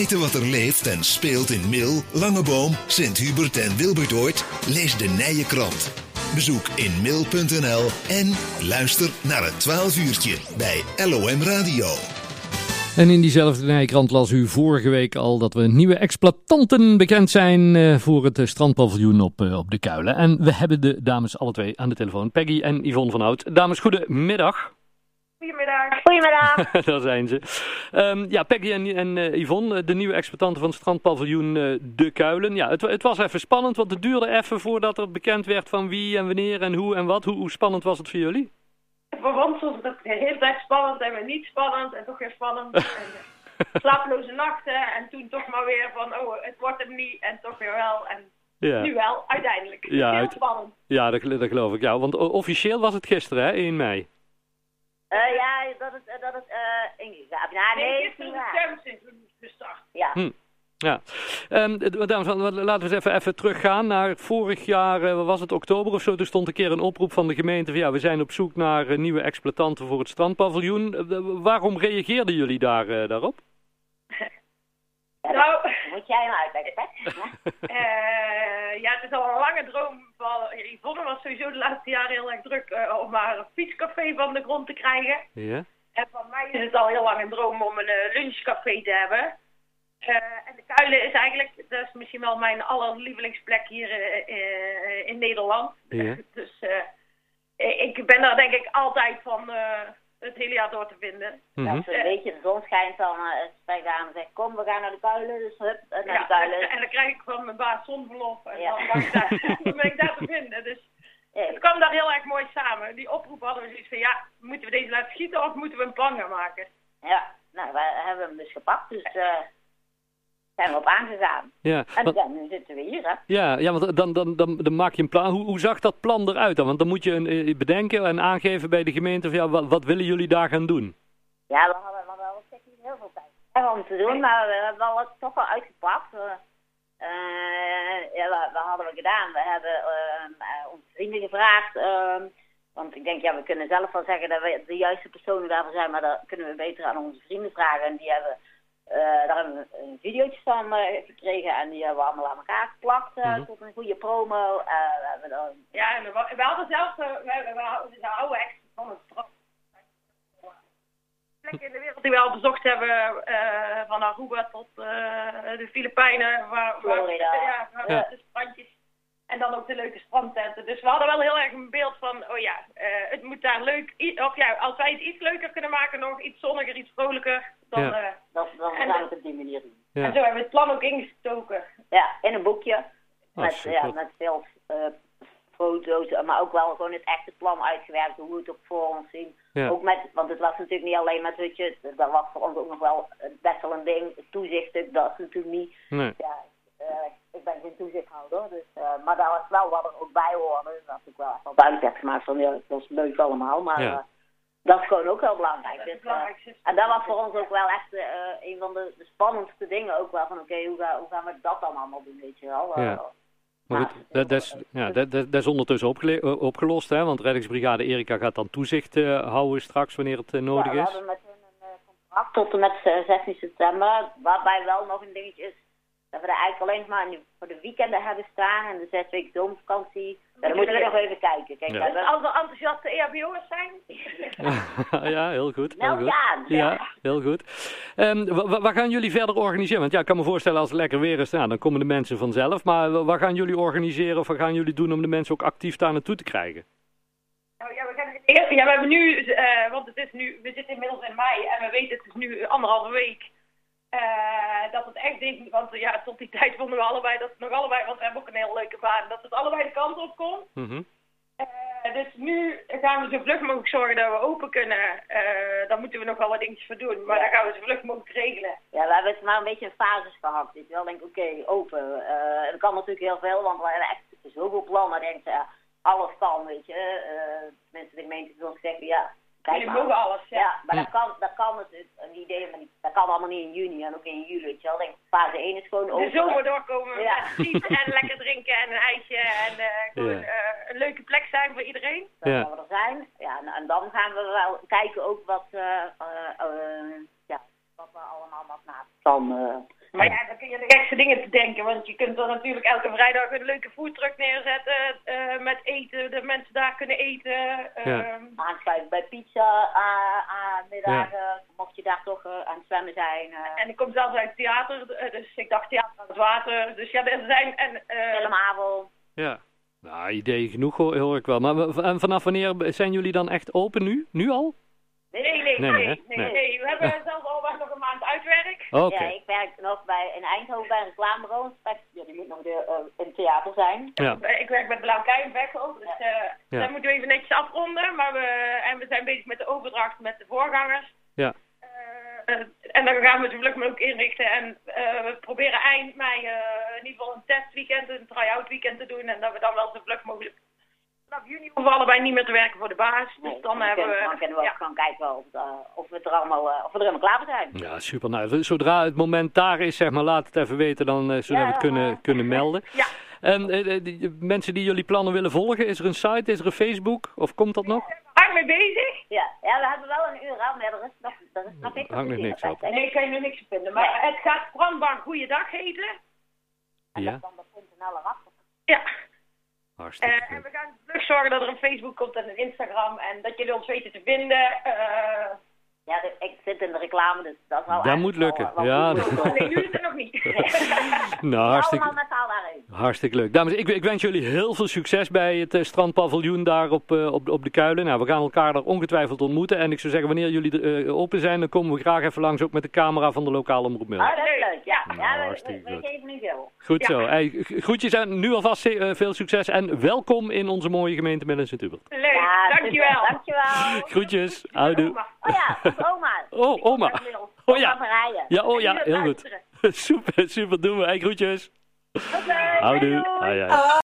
Weten wat er leeft en speelt in Mil, Langeboom, Sint-Hubert en Wilbertoort? Lees de Nije Krant. Bezoek in mil.nl en luister naar het 12 uurtje bij LOM Radio. En in diezelfde Nijkrant las u vorige week al dat we nieuwe exploitanten bekend zijn eh, voor het eh, strandpaviljoen op, eh, op de Kuilen. En we hebben de dames alle twee aan de telefoon, Peggy en Yvonne van Hout. Dames, goedemiddag. Goedemiddag. Goedemiddag. Daar zijn ze. Ehm, ja, Peggy en, en eh, Yvonne, eh, de nieuwe exploitanten van het strandpaviljoen eh, De Kuilen. Ja, het, wa- het was even spannend, want het duurde even voordat er bekend werd van wie en wanneer en hoe en wat. Hoe, hoe spannend was het voor jullie? Voor ons was het ook de hele tijd spannend en weer niet spannend en toch weer spannend. En eh, slapeloze nachten en toen toch maar weer van oh het wordt hem niet en toch weer wel. En Ja, nu wel, uiteindelijk. Ja, Heel uit- spannend. ja dat, gel- dat geloof ik. Ja, want o- officieel was het gisteren, hè, 1 mei. Eh, ja, dat is, eh, dat is eh ingegaan. Ja, nee, Nee, is gisteren niet waar. de term is gestart. Ja. Ja, Ehm, d- dames en heren, laten we eens even, even teruggaan naar vorig jaar, eh, wat was het oktober of zo, toen stond een keer een oproep van de gemeente van ja, we zijn op zoek naar eh, nieuwe exploitanten voor het strandpaviljoen. Eh, w- waarom reageerden jullie daar, eh, daarop? Ja, dat Nou, Moet jij hem uitleggen, hè? Ja. eh, ja, het is al een lange droom van eh, Yvonne was sowieso de laatste jaren heel erg druk eh, om haar fietscafé van de grond te krijgen. Ja, En van mij is het al heel lang een droom om een eh, lunchcafé te hebben. Eh, en de Kuilen is eigenlijk, dat is misschien wel mijn allerlievelingsplek hier eh, eh, in Nederland. Ja. Dus eh, ik ben daar denk ik altijd van eh, het hele jaar door te vinden. Mhm. Zo'n beetje de zon schijnt dan eh spreekt de dame en zegt, kom, we gaan naar de kuilen. Dus hup, eh, naar de Ja, en, kuilen. en dan krijg ik van mijn baas zonverlof en Ja. dan, ben ik daar, dan ben ik daar te vinden. Dus het Eh, kwam daar heel erg mooi samen. Die oproep hadden we zoiets van, ja, moeten we deze laten schieten of moeten we een plan gaan maken? ja, nou, we hebben hem dus gepakt, dus eh zijn we op aangegaan. ja. En Want, ja, nu zitten we hier, hè? ja, ja, want dan, dan, dan, dan maak je een plan. Hoe, hoe zag dat plan eruit dan? Want dan moet je een, eh, bedenken en aangeven bij de gemeente van ja, wat, wat willen jullie daar gaan doen? Ja, we hadden, we hadden wel echt niet heel veel tijd hè, om te doen, maar we hebben wel het toch wel uitgepakt. Eh, eh, ja, wat, wat hadden we gedaan? We hebben ehm, eh, onze vrienden gevraagd. ehm, want ik denk, ja, we kunnen zelf wel zeggen dat we de juiste personen daarvoor zijn, maar dat kunnen we beter aan onze vrienden vragen. En die hebben, eh, daar hebben we een videootje van eh, gekregen en die hebben we allemaal aan elkaar geplakt eh, tot een goede promo. Eh, we hebben dan Ja, en we, we hadden zelf, eh, we, we, we hadden de oude ex van het strand. Plekken in de wereld die we al bezocht hebben, eh, van Aruba tot eh, de Filipijnen, waar, waar, Florida. ja, waar Ja. de strandjes en dan ook de leuke strandtenten. Dus we hadden wel heel erg een beeld van, oh ja, eh, het moet daar leuk, i- of ja, als wij het iets leuker kunnen maken nog, iets zonniger, iets vrolijker, dan, Ja. eh, dat, dan gaan we het op die manier doen. en Ja. zo hebben we het plan ook ingestoken. Ja, in een boekje. Oh, met, super. ja, met veel eh, foto's, eh, maar ook wel gewoon het echte plan uitgewerkt, hoe we het ook voor ons zien. Ja. Ook met, want het was natuurlijk niet alleen met hutjes, dat was voor ons ook nog wel eh, best wel een ding. Het toezicht, eh, dat is natuurlijk niet. Nee. Ja, eh, ik ben geen toezichthouder, dus, eh, maar dat was wel wat er ook bij hoorde. Dus dat ik wel echt wel duidelijk heb gemaakt van, ja, dat is leuk allemaal, maar Ja. eh, dat is gewoon ook heel belangrijk. Dat is Dus, het eh, belangrijkste. en dat was voor ons ook wel echt eh, een van de, de spannendste dingen ook wel. Van oké, hoe, ga- hoe gaan we dat dan allemaal doen, weet je wel. Eh, Ja. Maar goed, dat, dat, is, ja, dat, dat, dat is ondertussen opgele- eh, opgelost, hè? want reddingsbrigade Erika gaat dan toezicht eh, houden straks wanneer het eh, nodig we is. hebben met hun een eh, contract tot en met eh, 16 september. Waarbij wel nog een dingetje is. Dat we er eigenlijk alleen nog maar in de- voor de weekenden hebben staan. En de zes weken zomervakantie. Ja, dan moeten we nog even kijken. Kijk, Ja. ja. Dus als er enthousiaste EHBO'ers zijn, ja, heel goed. Heel Meld goed. je aan. Ja, heel goed. Ehm, wa- wa- wat gaan jullie verder organiseren? Want ja, ik kan me voorstellen als het lekker weer is, nou, dan komen de mensen vanzelf. Maar wa- wat gaan jullie organiseren of wat gaan jullie doen om de mensen ook actief daar naartoe te krijgen? Nou ja, we, gaan het eerst- ja, we hebben nu, eh, want het is nu, we zitten inmiddels in mei en we weten het is nu anderhalve week. eh, dat het echt ding, want eh, ja, tot die tijd vonden we allebei dat het nog allebei, want we hebben ook een heel leuke baan, dat het allebei de kant op komt. Mhm. Eh, dus nu gaan we zo vlug mogelijk zorgen dat we open kunnen. Eh, daar moeten we nog wel wat dingetjes voor doen, maar Ja. dat gaan we zo vlug mogelijk regelen. Ja, we hebben het maar een beetje in fases gehakt. Dus wel denk ik, oké, open. Eh er kan natuurlijk heel veel, want we hebben echt zoveel plannen. Denk je, ja, alles kan, weet je. Eh mensen, de gemeente wil zeggen, ja, kijk Jullie maar. mogen alles, ja. Ja, maar Hm. dat kan, dat kan het, een idee, maar niet- dat kan allemaal niet in juni en ook niet in juli, weet je wel. Denk, fase 1 is gewoon open. De zomer doorkomen Ja. met friet en lekker drinken en een ijsje en eh, gewoon Ja. eh, een leuke plek zijn voor iedereen. Dan Ja. gaan we er zijn. Ja, en, en dan gaan we wel kijken ook wat, eh, eh, eh, ja, wat we allemaal wat naast kan. eh, Maar ja, dan kun je de gekste dingen te denken. Want je kunt er natuurlijk elke vrijdag een leuke foodtruck neerzetten. eh, met eten, de mensen daar kunnen eten. Ja. ehm, Aansluiten bij pizza eh, aan middagen, mocht je daar toch eh, aan het zwemmen zijn. eh En ik kom zelf uit theater, eh, dus ik dacht theater aan het water. Dus ja, er zijn... En, eh, filmavond. Ja. Nou, ideeën genoeg hoor, hoor ik wel. Maar w- en vanaf wanneer zijn jullie dan echt open nu? Nu al? nee, nee, Nee, nee, nee, hè? nee, Nee. nee. We hebben zelf al maar nog een maand uitwerk. Oké. Ja, ik werk nog bij, in Eindhoven bij een reclamebureau. Straks, ja, die moet nog de, eh, in het theater zijn. Ja. Eh, Ik werk met Blauw Kuijenbekkel, dus eh Ja. dat moeten we even netjes afronden. Maar we, en we zijn bezig met de overdracht met de voorgangers. Ja. Eh, eh, en dan gaan we het vlug ook inrichten. En eh, we proberen eind mei eh, in ieder geval een testweekend, een try-out weekend te doen. En dat we dan wel zo vlug mogelijk... Vanaf juni hoeven we allebei niet meer te werken voor de baas. Dus Nee, dan hebben kunnen, we... dan kunnen we ook ja. gewoon kijken of, eh, of, we er allemaal, eh, of we er helemaal klaar voor zijn. Mm. Ja, super. Nou, zodra het moment daar is, zeg maar, laat het even weten, dan eh, zullen we het Ja. kunnen, kunnen melden. Ja. En eh, eh, die- mensen die jullie plannen willen volgen, is er een site, is er een Facebook? Of komt dat nog? Hard mee bezig. Ja, ja, we hebben wel een uur aan, maar er is nog, er is nog niks Hangt nog te zien. niks op. Nee, ik kan je nu niks vinden. Maar het gaat brandbaar goeiedag heten. En Ja. dat kan de .nl eraf. Ja. Hartstikke Eh, en goed. we gaan vlug zorgen dat er een Facebook komt en een Instagram. En dat jullie ons weten te vinden. Eh, Ja, de- ik zit in de reclame, dus dat is wel Dat eigenlijk moet wel, lukken, eh, wel ja. goed lukken. nee, nu is het nog niet. Nou, Allemaal hartstikke, met z'n allen daarheen. hartstikke leuk. Dames, ik, ik wens jullie heel veel succes bij het eh, strandpaviljoen daar op, eh, op, op de Kuilen. Nou, we gaan elkaar daar ongetwijfeld ontmoeten. En ik zou zeggen, wanneer jullie er, eh, open zijn, dan komen we graag even langs, ook met de camera van de lokale omroep Mil. Oh, dat is leuk, ja. Nou, ja we- we, hartstikke we goed. geven nu veel. Goed Ja. zo. Hey, g- groetjes en nu alvast eh, veel succes en welkom in onze mooie gemeente Midden sint hubert Leuk, Ja, dankjewel. Dankjewel. Groetjes, houdoe. Oma. Oh ja, onze oma. Oh, oma. Oh ja. Van Rijen. Ja, oh ja, En heel jullie goed. luisteren. Super, super, doen we. Hey, groetjes. Tot leuk. Houdoe. Doei, doei. Ai, ai.